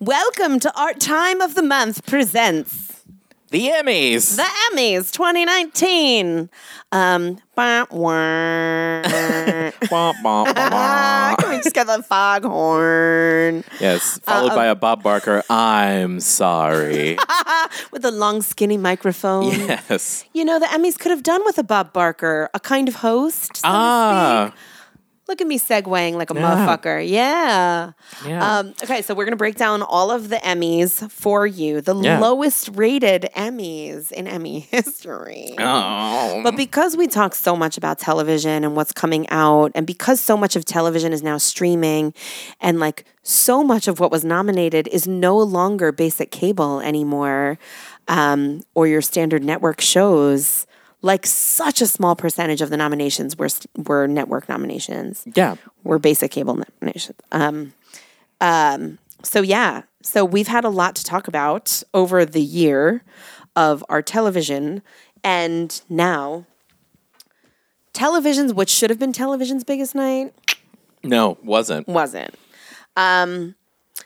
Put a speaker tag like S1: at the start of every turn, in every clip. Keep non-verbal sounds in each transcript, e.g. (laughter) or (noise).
S1: Welcome to our time of the month presents
S2: The Emmys.
S1: the Emmys 2019. Um, bah,
S2: (laughs)
S1: wah.
S2: (laughs)
S1: Ah,
S2: Wah, wah, wah,
S1: (laughs) Uh,
S2: wah.
S1: Can we just get the foghorn
S2: yes, followed by a Bob Barker. I'm sorry.
S1: with the long, skinny microphone?
S2: (laughs) yes.
S1: You know, the Emmys could have done with a Bob Barker, a kind of host. so to
S2: Ah,
S1: Look at me segueing like a motherfucker. Yeah.
S2: Yeah.
S1: Um, okay, so we're going to break down all of the Emmys for you, the
S2: Yeah.
S1: lowest rated Emmys in Emmy (laughs) history.
S2: oh,
S1: But because we talk so much about television and what's coming out, and because so much of television is now streaming, and like so much of what was nominated is no longer basic cable anymore um, or your standard network shows, like such a small percentage of the nominations were, s- were network nominations
S2: yeah.
S1: were basic cable nominations. Um, um, so yeah, so we've had a lot to talk about over the year of our television, and now television's what should have been television's biggest night
S2: No, wasn't.
S1: wasn't. Um,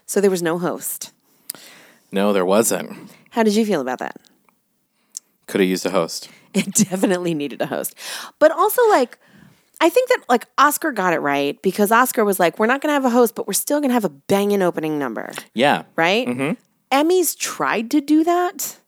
S1: so there was no host.
S2: No, there wasn't.
S1: How did you feel about that? (laughs)
S2: Could have used a host.
S1: It definitely needed a host. But also like I think that like Oscar got it right because Oscar was like, we're not gonna have a host, but we're still gonna have a banging opening number.
S2: Yeah,
S1: right?
S2: Mm-hmm.
S1: Emmys tried to do that.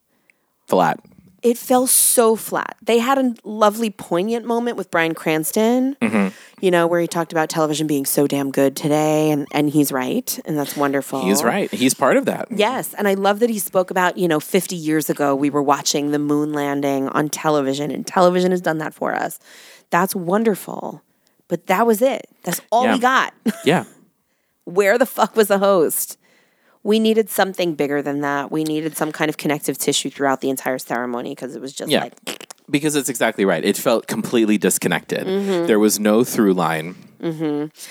S2: flat.
S1: It fell so flat. They had a lovely, poignant moment with Brian Cranston,
S2: Mm-hmm.
S1: you know, where he talked about television being so damn good today, and, and he's right, and that's wonderful.
S2: He's right. He's part of that.
S1: Yes, and I love that he spoke about, you know, 50 years ago we were watching the moon landing on television, and television has done that for us. That's wonderful. But that was it. That's all
S2: Yeah.
S1: we got.
S2: Yeah.
S1: where the (laughs) fuck was the host? We needed something bigger than that. We needed some kind of connective tissue throughout the entire ceremony because it was just
S2: Yeah.
S1: like,
S2: Because it's exactly right. It felt completely disconnected.
S1: Mm-hmm.
S2: There was no through line.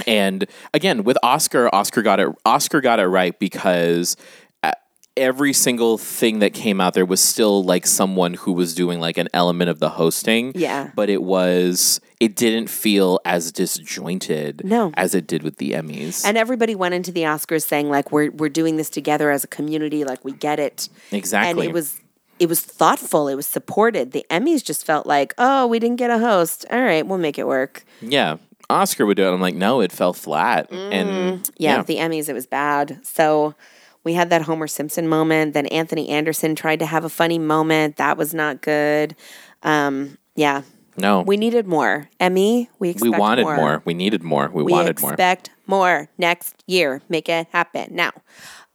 S2: And again, with Oscar, Oscar got it. Oscar got it right because uh, every single thing that came out there was still like someone who was doing like an element of the hosting.
S1: Yeah.
S2: but it was it didn't feel as disjointed.
S1: No.
S2: as it did with the Emmys.
S1: and everybody went into the Oscars saying like, we're we're doing this together as a community, like we get it, and
S2: exactly.
S1: it was it was thoughtful, it was supported. The Emmys just felt like, oh, we didn't get a host. All right, we'll make it work.
S2: yeah. Oscar would do it. I'm like, no, it fell flat. And
S1: Mm. yeah, the Emmys, it was bad. So we had that Homer Simpson moment. Then Anthony Anderson tried to have a funny moment. That was not good. Um, yeah.
S2: no,
S1: We needed more. Emmy, we
S2: we
S1: expect
S2: wanted more.
S1: more.
S2: We needed more. We,
S1: We
S2: wanted more.
S1: expect more next year. Make it happen now.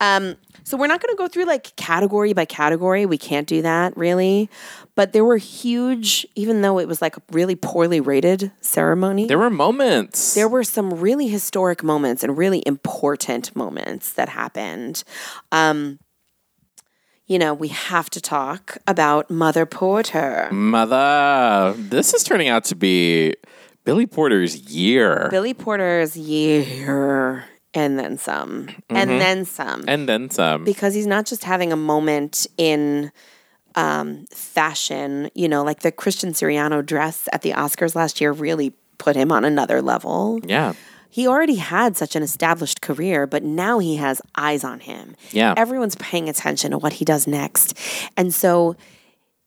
S1: Um, so we're not going to go through like category by category. We can't do that really. But there were huge, even though it was like a really poorly rated ceremony.
S2: There were moments.
S1: There were some really historic moments and really important moments that happened. Um, you know, we have to talk about Mother Porter.
S2: Mother, this is turning out to be Billy Porter's year.
S1: Billy Porter's year and then some, and then some.
S2: and then some.
S1: because he's not just having a moment in um, fashion, you know, like the Christian Siriano dress at the Oscars last year really put him on another level.
S2: yeah.
S1: He already had such an established career, but now he has eyes on him.
S2: Yeah.
S1: Everyone's paying attention to what he does next. And so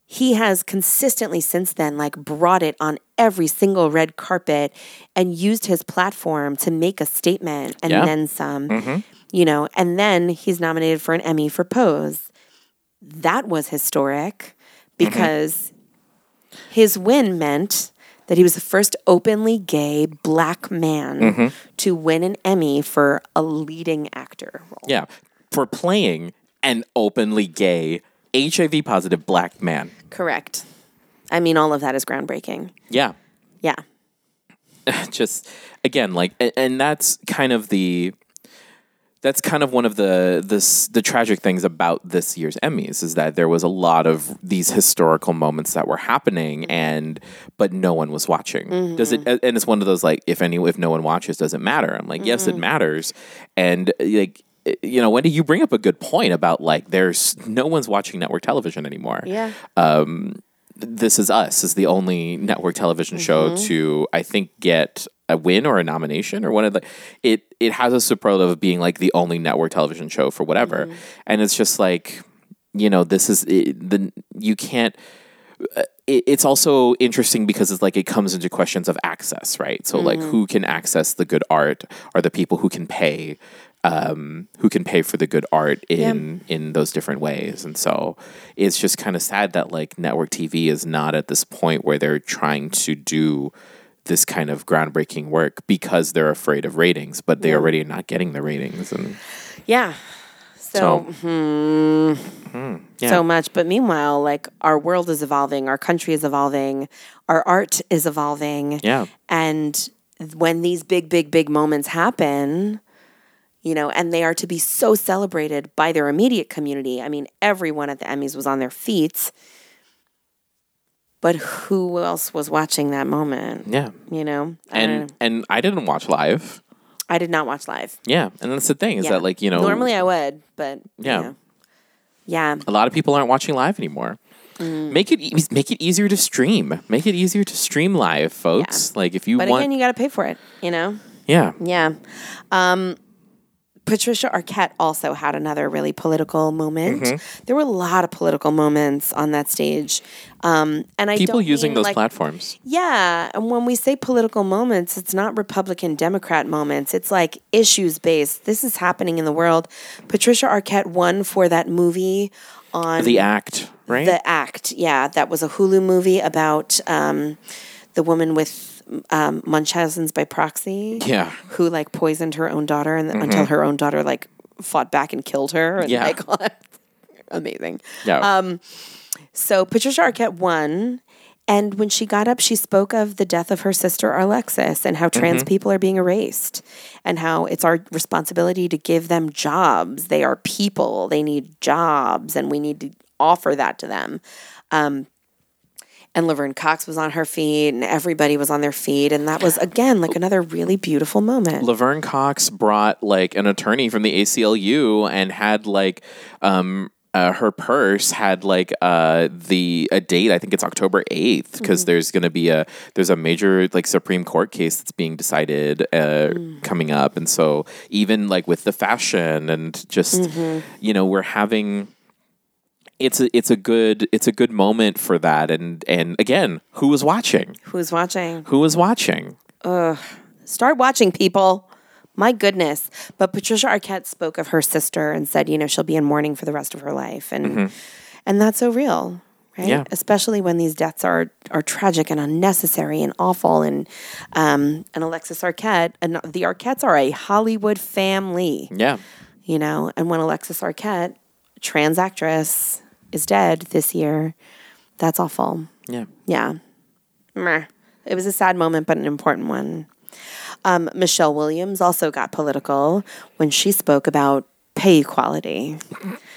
S1: he has consistently since then like brought it on every single red carpet and used his platform to make a statement and
S2: Yeah.
S1: then some. You know, and then he's nominated for an Emmy for Pose. That was historic because his win meant that he was the first openly gay black man to win an Emmy for a leading actor role.
S2: Yeah. For playing an openly gay, HIV positive black man.
S1: Correct. I mean, all of that is groundbreaking.
S2: Yeah.
S1: Yeah.
S2: (laughs) just again like a- and that's kind of the that's kind of one of the this the tragic things about this year's Emmys is that there was a lot of these historical moments that were happening and but no one was watching. Does it a- and it's one of those like if any if no one watches does it matter? I'm like yes it matters. And uh, like you know Wendy you bring up a good point about like there's no one's watching network television anymore
S1: Yeah.
S2: This Is Us is the only network television show to, I think, get a win or a nomination or one of the. It it has a superlative of being like the only network television show for whatever, and it's just like, you know, this is it, the you can't uh, it, it's also interesting because it's like it comes into questions of access, right? So like who can access the good art are the people who can pay um who can pay for the good art in in those different ways. And so it's just kind of sad that like network TV is not at this point where they're trying to do this kind of groundbreaking work because they're afraid of ratings, but they already are not getting the ratings and
S1: Yeah. So, hmm, so much. But meanwhile, like our world is evolving, our country is evolving, our art is evolving.
S2: yeah.
S1: And when these big, big, big moments happen, you know, and they are to be so celebrated by their immediate community. I mean, everyone at the Emmys was on their feet. But who else was watching that moment?
S2: Yeah.
S1: You know? I don't
S2: And
S1: know.
S2: and I didn't watch live.
S1: I did not watch live.
S2: Yeah, and that's the thing is
S1: Yeah.
S2: that like you know
S1: Normally I would, but
S2: Yeah. Um,
S1: you know. Yeah.
S2: a lot of people aren't watching live anymore.
S1: Mm.
S2: Make it e- make it easier to stream. Make it easier to stream live, folks. Like if you
S1: But
S2: want,
S1: again, you got to pay for it, you know?
S2: yeah,
S1: Yeah. Um, Patricia Arquette also had another really political moment.
S2: Mm-hmm.
S1: There were a lot of political moments on that stage. Um, and I
S2: people
S1: don't
S2: using
S1: mean,
S2: those
S1: like,
S2: platforms.
S1: Yeah, and when we say political moments, it's not Republican Democrat moments. It's like issues based. This is happening in the world. Patricia Arquette won for that movie on
S2: The act, right?
S1: the Act. Yeah, that was a Hulu movie about um, the woman with um, Munchausen's by proxy.
S2: Yeah.
S1: who like poisoned her own daughter, and until her own daughter like fought back and killed her. And,
S2: Yeah.
S1: like, (laughs) amazing.
S2: yeah,
S1: So Patricia Arquette won. And when she got up, she spoke of the death of her sister Alexis and how trans people are being erased and how it's our responsibility to give them jobs. They are people, they need jobs, and we need to offer that to them. Um, and Laverne Cox was on her feet, and everybody was on their feet. And that was, again, like another really beautiful moment.
S2: Laverne Cox brought like an attorney from the ACLU and had like um uh, her purse had like uh the a date I think it's October 8th because there's going to be a there's a major like Supreme Court case that's being decided uh coming up and so even like with the fashion and just you know we're having it's a it's a good it's a good moment for that and and again who was watching
S1: Who's watching?
S2: who was watching
S1: start watching people my goodness but patricia arquette spoke of her sister and said you know she'll be in mourning for the rest of her life and and that's so real right
S2: Yeah.
S1: especially when these deaths are are tragic and unnecessary and awful and um and alexis arquette and the arquettes are a hollywood family
S2: yeah
S1: you know and when alexis arquette trans actress is dead this year that's awful
S2: yeah
S1: yeah. Meh. It was a sad moment, but an important one. Um, Michelle Williams also got political when she spoke about pay equality.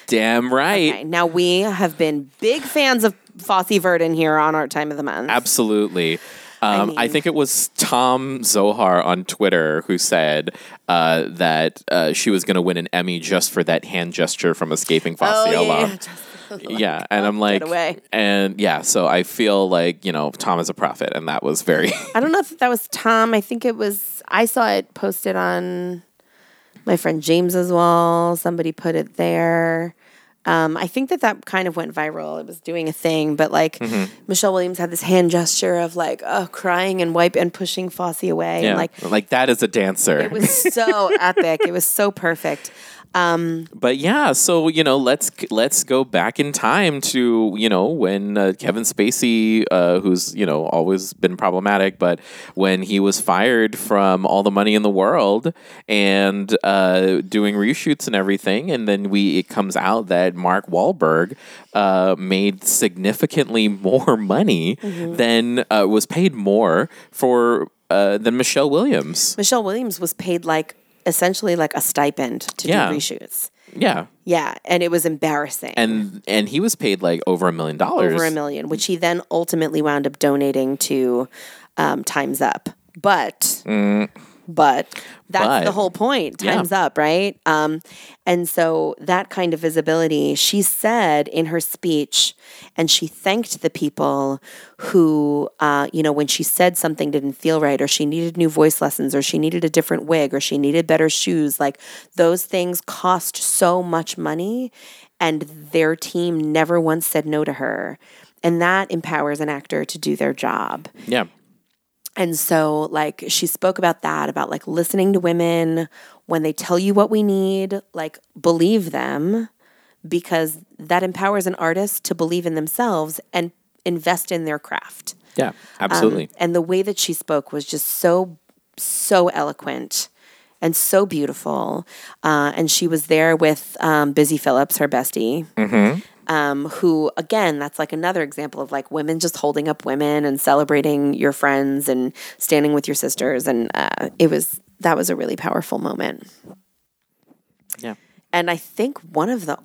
S2: damn right
S1: Okay, now, we have been big fans of Fossey Verdon here on Art Time of the Month.
S2: Absolutely. Um, I,
S1: mean-
S2: think it was Tom Zohar on Twitter who said uh, that uh, she was going to win an Emmy just for that hand gesture from escaping
S1: Oh, yeah, yeah,
S2: Fasciola.
S1: yeah.
S2: (laughs) yeah, and I'm like,
S1: oh, away.
S2: and yeah, so I feel like you know Tom is a prophet, and that was very (laughs)
S1: I don't know if that was Tom. I think it was, I saw it posted on my friend James's wall. Somebody put it there. Um, I think that that kind of went viral. It was doing a thing, but like
S2: Mm-hmm.
S1: Michelle Williams had this hand gesture of like, oh, crying and wipe and pushing Fosse away.
S2: yeah,
S1: And like,
S2: like, that is a dancer.
S1: it was so
S2: (laughs)
S1: epic. It was so perfect.
S2: but yeah, so you know, let's let's go back in time to you know when uh, Kevin Spacey, uh, who's you know always been problematic, but when he was fired from All the Money in the World and uh, doing reshoots and everything, and then we it comes out that Mark Wahlberg uh, made significantly (laughs) more money
S1: Mm-hmm.
S2: than uh, was paid more for uh, than Michelle Williams.
S1: Michelle Williams was paid like essentially like a stipend to
S2: Yeah.
S1: do reshoots.
S2: Yeah.
S1: Yeah. And it was embarrassing.
S2: And and he was paid like over a million dollars.
S1: over a million, which he then ultimately wound up donating to um, Time's Up. But but that's
S2: Mm. But-
S1: the whole point.
S2: Yeah.
S1: Time's up, right? Um, and so that kind of visibility, she said in her speech, and she thanked the people who, uh, you know, when she said something didn't feel right, or she needed new voice lessons, or she needed a different wig, or she needed better shoes. Like those things cost so much money, and their team never once said no to her. And that empowers an actor to do their job.
S2: Yeah.
S1: And so, like, she spoke about that, about like listening to women when they tell you what we need, like, believe them because that empowers an artist to believe in themselves and invest in their craft.
S2: Yeah. Absolutely.
S1: And the way that she spoke was just so, so eloquent and so beautiful. Uh, and she was there with um, Busy Phillips, her bestie, um, who, again, that's like another example of like women just holding up women and celebrating your friends and standing with your sisters. And uh, it was, that was a really powerful moment.
S2: yeah.
S1: And I think one of the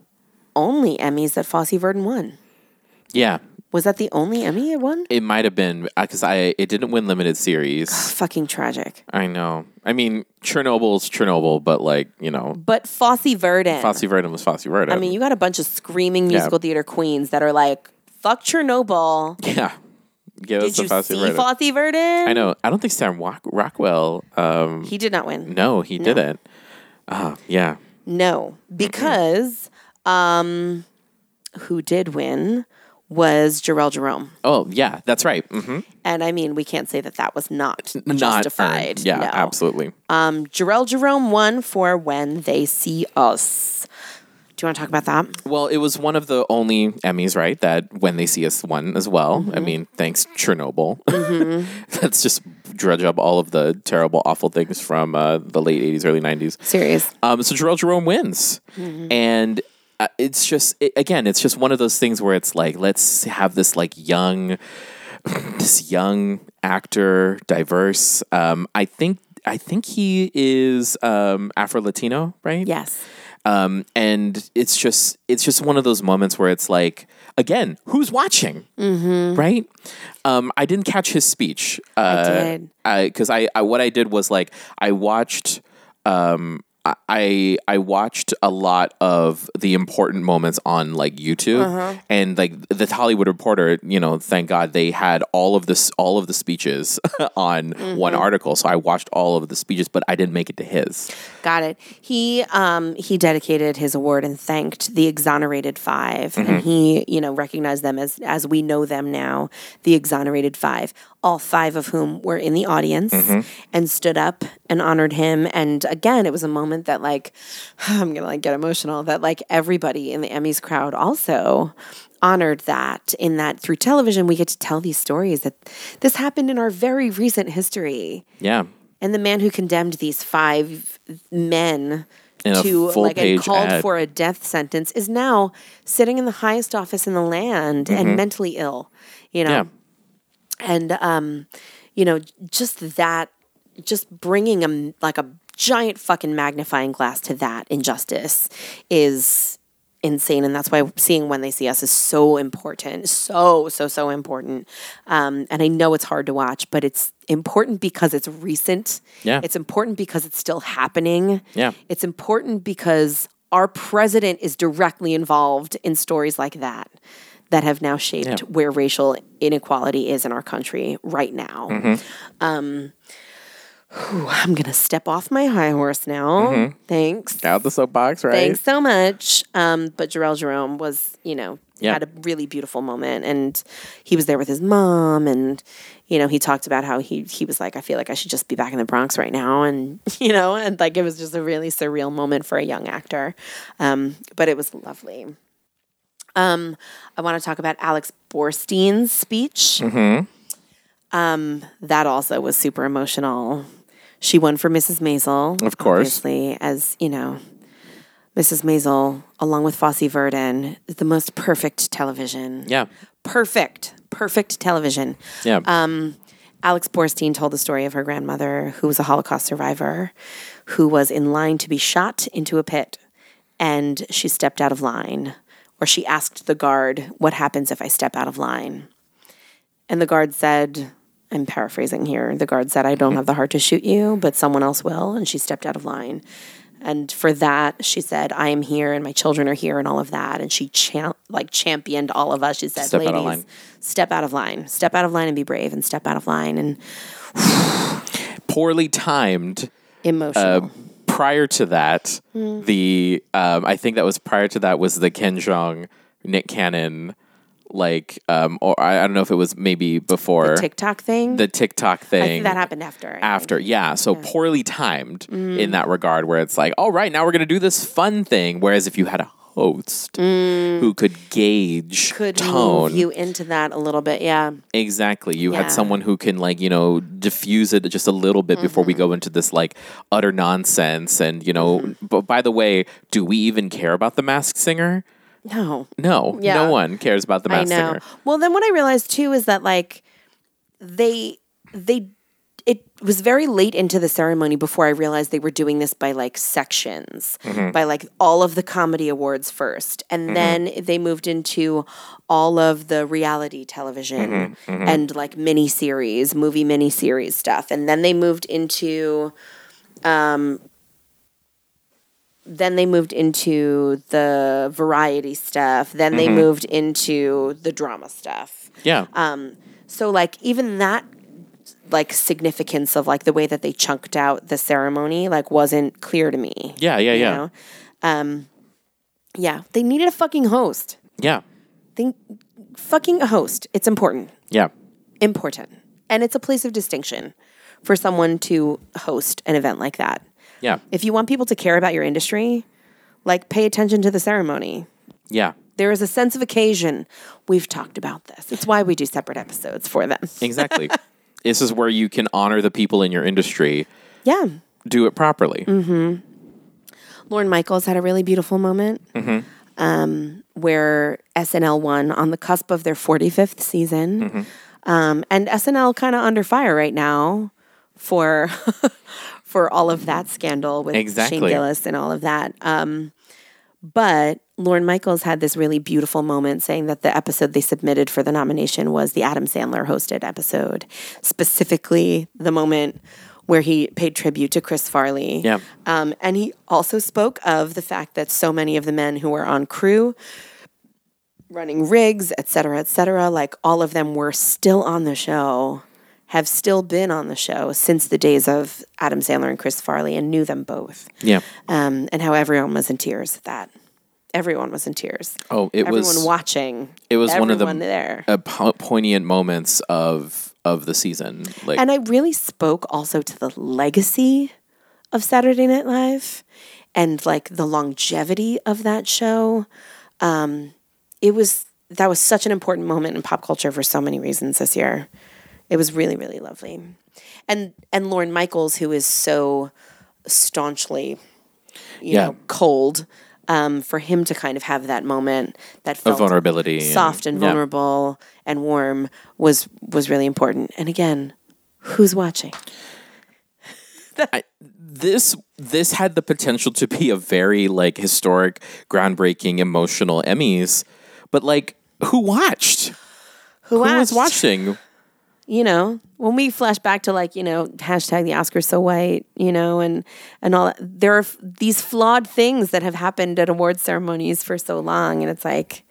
S1: only Emmys that Fosse Verdon won.
S2: Yeah.
S1: Was that the only Emmy it won?
S2: It might have been because I it didn't win
S1: (sighs)
S2: limited series.
S1: Fucking tragic.
S2: I know. I mean, Chernobyl's Chernobyl, but like you know,
S1: But Fosse Verdon.
S2: Fosse Verdon was Fosse Verdon.
S1: I mean, you got a bunch of screaming musical theater queens that are like, fuck Chernobyl.
S2: (laughs) yeah. Give us
S1: Did
S2: the
S1: you
S2: Fosse
S1: see
S2: Verdon.
S1: Fosse Verdon?
S2: I know. I don't think Sam Rock- Rockwell. Um,
S1: He did not win.
S2: no, he didn't. Uh, yeah.
S1: No, because um, who did win was Jarrell Jerome.
S2: Oh, yeah. That's right. hmm
S1: And I mean, we can't say that that was not
S2: Not
S1: justified.
S2: earned. Yeah,
S1: no.
S2: absolutely.
S1: Um, Jarrell Jerome won for When They See Us. Do you want to talk about that?
S2: Well, it was one of the only Emmys, right? That when they see us won as well. I mean, thanks Chernobyl. (laughs) Let's just dredge up all of the terrible, awful things from uh, the late '80s, early '90s.
S1: Serious.
S2: Um, so Jerome Jerome wins, and uh, it's just it, again, it's just one of those things where it's like let's have this like young, (laughs) this young actor, diverse. Um, I think I think he is um, Afro Latino, right?
S1: Yes.
S2: um, and it's just it's just one of those moments where it's like again who's watching right um, i didn't catch his speech uh,
S1: did.
S2: because I, I what i did was like i watched um, I- I I watched a lot of the important moments on like YouTube and like the Hollywood Reporter, you know, thank God they had all of this all of the speeches (laughs) on one article. So I watched all of the speeches, but I didn't make it to his.
S1: Got it. He um he dedicated his award and thanked the exonerated 5 and he you know recognized them as as we know them now, the exonerated five, all five of whom were in the audience and stood up and honored him. And again, it was a moment that like (sighs) I'm gonna like get emotional that like everybody in the Emmys crowd also honored that in that through television we get to tell these stories that this happened in our very recent history
S2: Yeah.
S1: and the man who condemned these five men
S2: In a
S1: to like and
S2: full-page
S1: called
S2: ad.
S1: for a death sentence is now sitting in the highest office in the land and mentally ill you know
S2: Mm-hmm. Yeah.
S1: and um you know just that just bringing a like a giant fucking magnifying glass to that injustice is insane and that's why seeing when they see us is so important so so so important um and i know it's hard to watch but it's important because it's recent
S2: Yeah.
S1: it's important because it's still happening
S2: Yeah.
S1: it's important because our president is directly involved in stories like that that have now shaped where racial inequality is in our country right now. Um, whew, I'm going to step off my high horse now. Thanks.
S2: out the soapbox, right?
S1: Thanks so much. Um, but Jarrell Jerome was, you know,
S2: Yeah.
S1: had a really beautiful moment, and he was there with his mom, and you know, he talked about how he he was like, I feel like I should just be back in the Bronx right now, and (laughs) you know, and like it was just a really surreal moment for a young actor, um, but it was lovely. Um, I want to talk about Alex Borstein's speech.
S2: Mm-hmm.
S1: Um, that also was super emotional. She won for Mrs. Maisel,
S2: Of course.
S1: obviously, as you know. Mrs. Maisel, along with Fosse Verdon, is the most perfect television.
S2: Yeah.
S1: Perfect, perfect television.
S2: Yeah.
S1: Um, Alex Borstein told the story of her grandmother, who was a Holocaust survivor, who was in line to be shot into a pit, and she stepped out of line, or she asked the guard, "What happens if I step out of line?" And the guard said, I'm paraphrasing here. The guard said, I
S2: Mm-hmm.
S1: don't have the heart to shoot you, but someone else will. And she stepped out of line. And for that, she said, I am here and my children are here and all of that. And she cha- like championed all of us. She said,
S2: Step out
S1: ladies,
S2: of line.
S1: step out of line, step out of line and be brave and step out of line and
S2: Poorly timed.
S1: emotional.
S2: Prior to that,
S1: Hmm.
S2: the um, I think that was prior to that was the Ken Jeong, Nick Cannon, like um, or I, I don't know if it was maybe before
S1: TikTok thing.
S2: the TikTok
S1: I
S2: thing.
S1: think that happened Hmm. after. I think.
S2: after. Yeah. So poorly timed in that regard, where it's like, all right, now we're going to do this fun thing. Whereas if you had a host who could gauge
S1: Hmm. Could
S2: tone,
S1: move you into that a little bit. Yeah.
S2: exactly. You
S1: Yeah.
S2: had someone who can, like, you know, diffuse it just a little bit before
S1: Mm-hmm.
S2: we go into this, like, utter nonsense. And, you know,
S1: Mm-hmm.
S2: but by the way, do we even care about the masked singer?
S1: No.
S2: No,
S1: Yeah.
S2: no one cares about the
S1: I
S2: masked
S1: know.
S2: singer.
S1: Well, then what I realized too is that like they they it was very late into the ceremony before I realized they were doing this by like sections, by like all of the comedy awards first, and then they moved into all of the reality television and like mini series, movie mini series stuff, and then they moved into then they moved into the variety stuff. Then they moved into the drama stuff.
S2: Yeah.
S1: Um, So like even that like significance of like the way that they chunked out the ceremony like wasn't clear to me.
S2: yeah. Yeah.
S1: You
S2: Yeah.
S1: know? Um yeah, they needed a fucking host.
S2: Yeah.
S1: They fucking a host. It's important.
S2: Yeah.
S1: Important. And it's a place of distinction for someone to host an event like that.
S2: Yeah.
S1: If you want people to care about your industry, like pay attention to the ceremony.
S2: Yeah.
S1: There is a sense of occasion. We've talked about this. It's why we do separate episodes for them. (laughs)
S2: Exactly. this is where you can honor the people in your industry,
S1: Yeah.
S2: do it properly.
S1: Mm. Lauren Michaels had a really beautiful moment um, where SNL won on the cusp of their 45th season. Um, and SNL kind of under fire right now for (laughs) for all of that scandal with Shane
S2: Exactly.
S1: Gillis and all of that. Um, but Lauren Michaels had this really beautiful moment saying that the episode they submitted for the nomination was the Adam Sandler hosted episode, specifically the moment where he paid tribute to Chris Farley.
S2: Yeah.
S1: Um, and he also spoke of the fact that so many of the men who were on crew running rigs, et cetera, et cetera. Like all of them were still on the show, have still been on the show since the days of Adam Sandler and Chris Farley and knew them both.
S2: Yeah.
S1: Um, and how everyone was in tears at that. Everyone was in tears.
S2: Oh, it
S1: everyone
S2: was
S1: watching.
S2: it was one of the-
S1: everyone there.
S2: a po- poignant moments of of the season. Like
S1: And I really spoke also to the legacy of Saturday Night Live and like the longevity of that show. Um, it was that was such an important moment in pop culture for so many reasons this year. It was really, really lovely. And and Lauren Michaels, who is so staunchly, you
S2: Yeah.
S1: know, cold, um, for him to kind of have that moment that
S2: of
S1: felt
S2: vulnerability,
S1: soft and
S2: yeah.
S1: vulnerable and warm was was really important. And again, who's watching?
S2: This this had the potential to be a very like historic, groundbreaking, emotional Emmys, but like who watched?
S1: Who,
S2: Who was
S1: watched?
S2: watching?
S1: You know, when we flash back to like you know hashtag the Oscars so white, you know, and and all that, there are f- these flawed things that have happened at award ceremonies for so long, and it's like,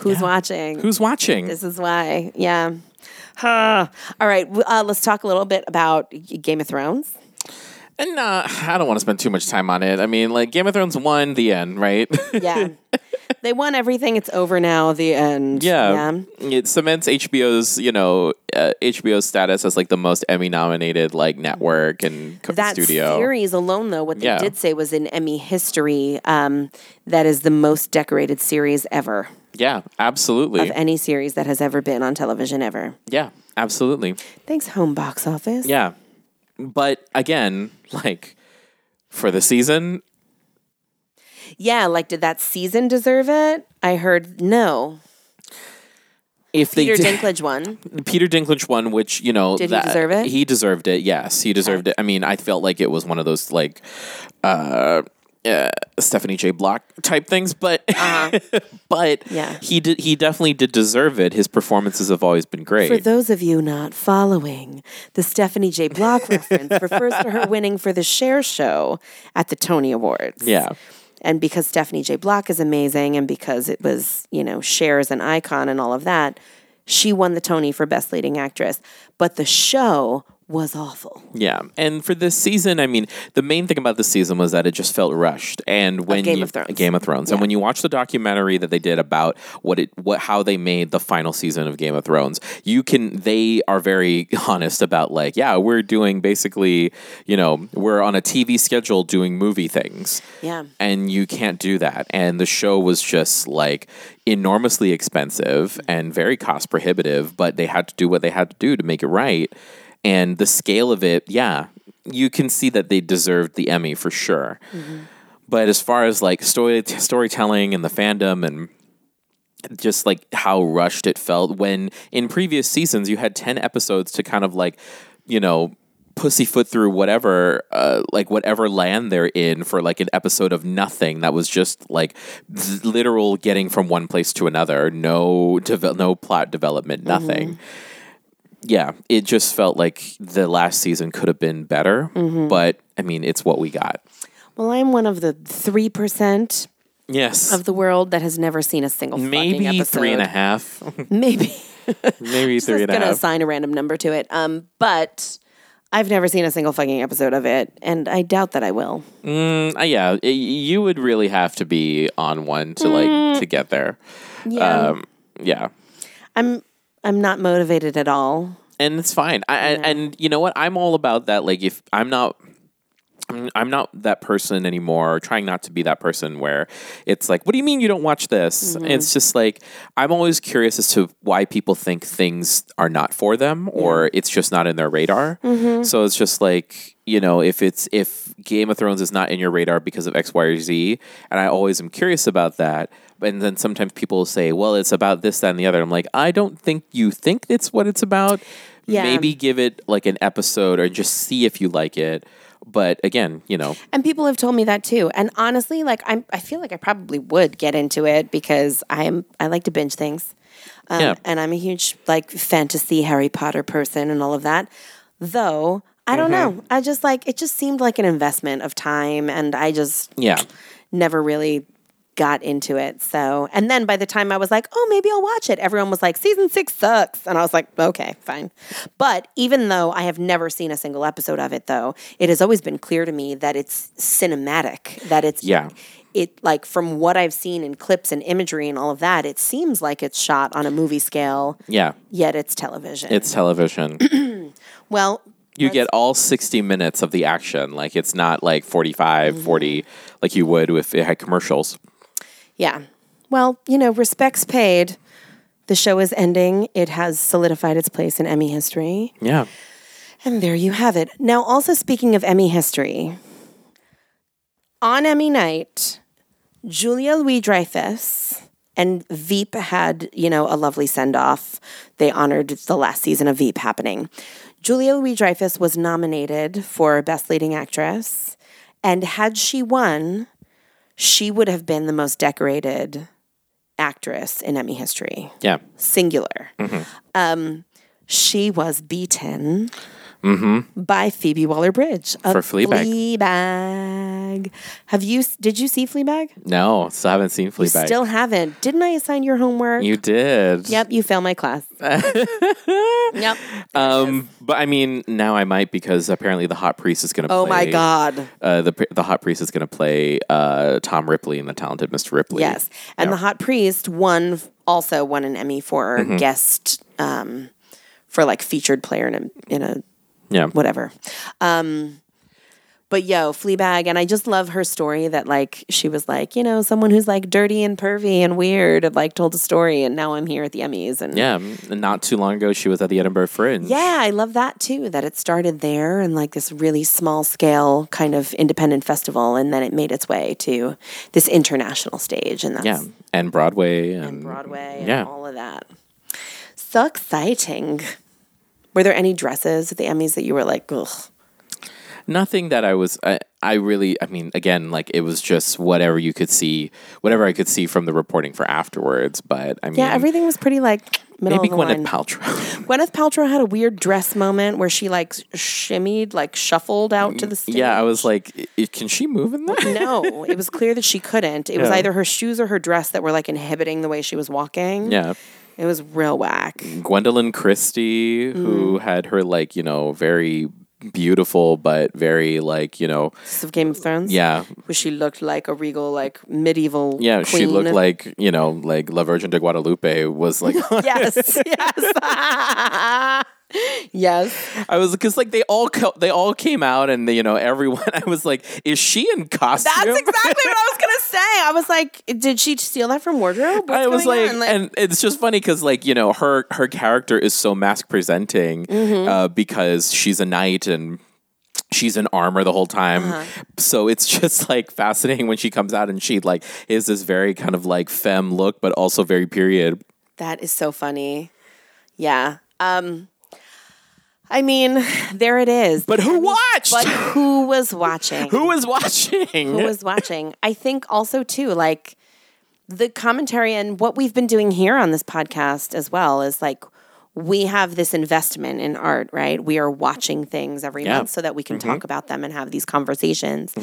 S1: who's watching?
S2: Who's watching?
S1: This is why, yeah. (sighs) Huh. All right, w- uh, let's talk a little bit about G- Game of (laughs) Thrones.
S2: And uh, I don't want to spend too much time on it. I mean, like Game of Thrones won the end, right? (laughs)
S1: Yeah, they won everything. It's over now. The end.
S2: Yeah. It cements HBO's, you know, uh, HBO's status as like the most Emmy nominated like network and co-
S1: that
S2: studio.
S1: series alone, though, what they
S2: Yeah.
S1: did say was in Emmy history, um, that is the most decorated series ever
S2: Yeah, absolutely.
S1: of any series that has ever been on television ever.
S2: yeah, absolutely.
S1: Thanks, home box office.
S2: Yeah. But again, like for the season,
S1: Yeah, like did that season deserve it? I heard no.
S2: if
S1: Peter
S2: they did,
S1: Dinklage won.
S2: (laughs) Peter Dinklage won, which you know,
S1: Did he deserve it?
S2: He deserved it. Yes, he deserved it. I mean, I felt like it was one of those like, uh, uh, Stephanie J. Block type things, but (laughs) but
S1: Uh-huh. Yeah.
S2: he did he definitely did deserve it. His performances have always been great.
S1: For those of you not following, the Stephanie J. Block reference refers to her winning for the Share Show at the Tony Awards.
S2: yeah,
S1: And because Stephanie J. Block is amazing and because it was, you know, Cher is an icon and all of that, she won the Tony for Best Leading Actress. But the show was awful.
S2: yeah. And for this season, I mean, the main thing about this season was that it just felt rushed. And when
S1: Game
S2: you,
S1: of Thrones.
S2: Game of Thrones, and when you watch the documentary that they did about what it what how they made the final season of Game of Thrones, you can they are very (laughs) honest about like, yeah, we're doing basically, you know, we're on a TV schedule doing movie things.
S1: Yeah.
S2: and you can't do that. And the show was just like enormously expensive and very cost prohibitive, but they had to do what they had to do to make it right. And the scale of it, yeah, you can see that they deserved the Emmy for sure. But as far as like story storytelling and the fandom and just like how rushed it felt when in previous seasons you had 10 episodes to kind of like you know pussyfoot through whatever uh, like whatever land they're in for like an episode of nothing that was just like th- literal getting from one place to another no devel no plot development
S1: Mm-hmm.
S2: nothing yeah it just felt like the last season could have been better
S1: Mm-hmm.
S2: but i mean it's what we got
S1: Well, I'm one of the 3%
S2: yes
S1: of the world that has never seen a single fucking
S2: maybe
S1: episode.
S2: three and a half
S1: (laughs) Maybe.
S2: maybe three
S1: just
S2: and a
S1: gonna
S2: half
S1: assign a random number to it. Um, but I've never seen a single fucking episode of it, and I doubt that I will.
S2: Uh, yeah, y- you would really have to be on one to like to get there.
S1: Yeah,
S2: Um, yeah,
S1: I'm I'm not motivated at all.
S2: and it's fine. I, I and you know what? I'm all about that. Like, if I'm not. I'm- I'm not that person anymore, or trying not to be that person where it's like, what do you mean you don't watch this? It's just like, I'm always curious as to why people think things are not for them or it's just not in their radar. So it's just like, you know, if it's, if Game of Thrones is not in your radar because of X, Y, or Z, and I always am curious about that. And then sometimes people say, well, it's about this, that, and the other. I'm like, I don't think you think it's what it's about.
S1: Yeah.
S2: Maybe give it like an episode or just see if you like it. But again, you know,
S1: And people have told me that too. And honestly, like I'm, I feel like I probably would get into it because I'm I like to binge things, um,
S2: Yeah.
S1: and I'm a huge like fantasy Harry Potter person and all of that. Though I don't
S2: Mm-hmm.
S1: know, I just like it just seemed like an investment of time, and I just
S2: yeah,
S1: never really got into it. So, and then by the time I was like, oh, maybe I'll watch it, everyone was like, season six sucks. And I was like, okay, fine. But even though I have never seen a single episode of it, though, it has always been clear to me that it's cinematic, that it's,
S2: Yeah.
S1: It like from what I've seen in clips and imagery and all of that, it seems like it's shot on a movie scale,
S2: yeah,
S1: yet it's television.
S2: it's
S1: (clears throat)
S2: television.
S1: well,
S2: you get all 60 minutes of the action. Like it's not like 45,
S1: Mm-hmm.
S2: 40 like you would if it had commercials.
S1: Yeah. Well, you know, respects paid. The show is ending. It has solidified its place in Emmy history.
S2: Yeah.
S1: And there you have it. Now, also speaking of Emmy history, on Emmy night, Julia Louis Dreyfus and Veep had, you know, a lovely send off. They honored the last season of Veep happening. Julia Louis Dreyfus was nominated for Best Leading Actress. And had she won, she would have been the most decorated actress in Emmy history,
S2: Yeah.
S1: singular.
S2: Mm-hmm.
S1: Um, she was beaten by Phoebe Waller Bridge
S2: Mm-hmm. For Fleabag.
S1: Fleabag. Have you? Did you see Fleabag?
S2: No, still haven't seen Fleabag.
S1: Still haven't. Didn't I assign your homework?
S2: you did.
S1: yep, you failed my
S2: (laughs)
S1: class. yep.
S2: Um, but I mean, now I might because apparently the hot priest is going to.
S1: Oh my God.
S2: Uh, the pr- the hot priest is going to play uh, Tom Ripley in the Talented Mr. Ripley.
S1: Yes, and the Hot Priest won also won an Emmy for
S2: Mm-hmm.
S1: guest um, for like featured player in a in a
S2: Yeah.
S1: whatever. Um, but yo, Fleabag, and I just love her story that like she was like you know someone who's like dirty and pervy and weird and like told a story, and now I'm here at the Emmys and
S2: Yeah. And not too long ago, she was at the Edinburgh Fringe.
S1: Yeah, I love that too. That it started there and like this really small scale kind of independent festival, and then it made its way to this international stage, and that's
S2: Yeah. And Broadway and,
S1: Broadway
S2: Yeah.
S1: and all of that. So exciting. Were there any dresses at the Emmys that you were like, ugh?
S2: nothing that I was I, I really I mean again like it was just whatever you could see whatever I could see from the reporting for afterwards but I mean
S1: Yeah, everything was pretty like middle
S2: maybe
S1: of the
S2: Gwyneth
S1: line. (laughs)
S2: Paltrow
S1: Gwyneth Paltrow had a weird dress moment where she like shimmied, like shuffled out to the stage.
S2: Mm, (laughs) yeah I was like "I- I- can she move
S1: (laughs)
S2: in that
S1: no, it was clear that she couldn't. It was
S2: Yeah.
S1: either her shoes or her dress that were like inhibiting the way she was walking.
S2: yeah
S1: It was real whack.
S2: Gwendolyn Christie
S1: Mm.
S2: who had her like you know very beautiful but very like you know
S1: This of Game of Thrones.
S2: yeah
S1: Where she looked like a regal, like medieval.
S2: yeah she
S1: queen.
S2: looked like you know like La Virgin de Guadalupe was like
S1: (laughs) Yes, yes. (laughs) yes.
S2: I was because like they all co- they all came out and you know everyone (laughs) I was like is she in costume
S1: That's exactly what I was gonna say. I was like, did she steal that from wardrobe? What's
S2: I was
S1: going
S2: like,
S1: on?
S2: and it's just funny because, like, you know, her her character is so mask presenting
S1: Mm-hmm.
S2: uh, because she's a knight and she's in armor the whole time.
S1: Uh-huh.
S2: So it's (laughs) just like fascinating when she comes out and she like is this very kind of like femme look, but also very period.
S1: That is so funny. Yeah. Um I mean, (laughs) there it is.
S2: But who watched?
S1: (laughs) But who was watching?
S2: who was watching?
S1: Who was watching? I think also too like the commentary and what we've been doing here on this podcast as well is like we have this investment in art, right? We are watching things every
S2: Yeah.
S1: month so that we can talk about them and have these conversations.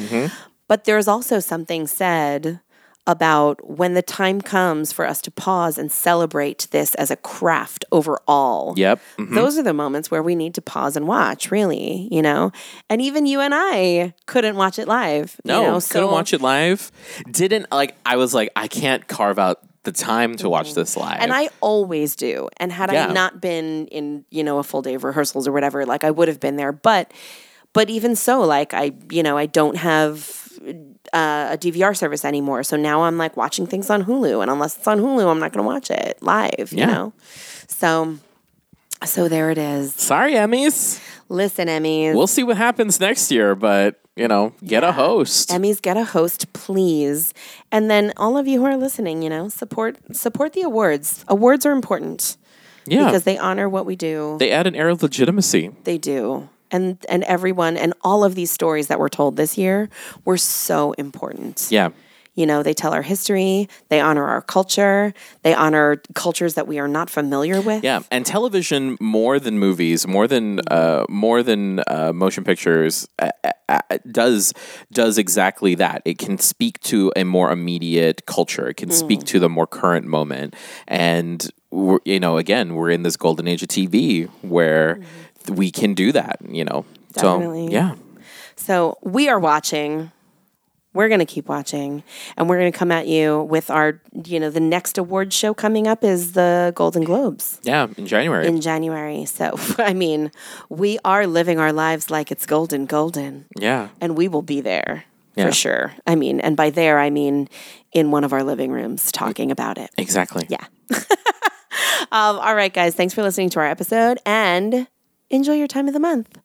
S1: But there's also something said about when the time comes for us to pause and celebrate this as a craft overall.
S2: Yep.
S1: Those are the moments where we need to pause and watch, really, you know? And even you and I couldn't watch it live.
S2: No,
S1: you know?
S2: couldn't watch it live. Didn't like. I was like, I can't carve out the time to watch this live.
S1: Mm-hmm. And I always do. And had
S2: Yeah.
S1: I not been in, you know, a full day of rehearsals or whatever, like I would have been there. But, but even so, like I, you know, I don't have uh, a DVR service anymore. So now I'm like watching things on Hulu, and unless it's on Hulu, I'm not going to watch it live. You
S2: Yeah.
S1: know, so. So there it is.
S2: Sorry, Emmys.
S1: Listen, Emmys.
S2: We'll see what happens next year, but you know, get a host.
S1: Emmys get a host, please. And then all of you who are listening, you know, support support the awards. Awards are important
S2: yeah,
S1: because they honor what we do.
S2: they add an air of legitimacy.
S1: They do. And and everyone and all of these stories that were told this year were so important.
S2: Yeah,
S1: You know, they tell our history, they honor our culture, they honor cultures that we are not familiar with.
S2: yeah, and television more than movies, more than uh, more than uh, motion pictures, uh, uh, uh, does does exactly that. It can speak to a more immediate culture.
S1: Hmm.
S2: It can speak to the more current moment, and we're, you know, again, we're in this golden age of TV where we can do that. You know, so
S1: Hmm. Definitely.
S2: yeah.
S1: So we are watching. We're going to keep watching and we're going to come at you with our, you know, the next award show coming up is the Golden Globes
S2: Yeah, in January.
S1: in January. So, (laughs) I mean, we are living our lives like it's golden, golden.
S2: yeah.
S1: and we will be there
S2: Yeah.
S1: for sure. I mean, and by there, I mean in one of our living rooms talking about it.
S2: Exactly.
S1: Yeah. Um, all right, guys, thanks for listening to our episode and enjoy your time of the month.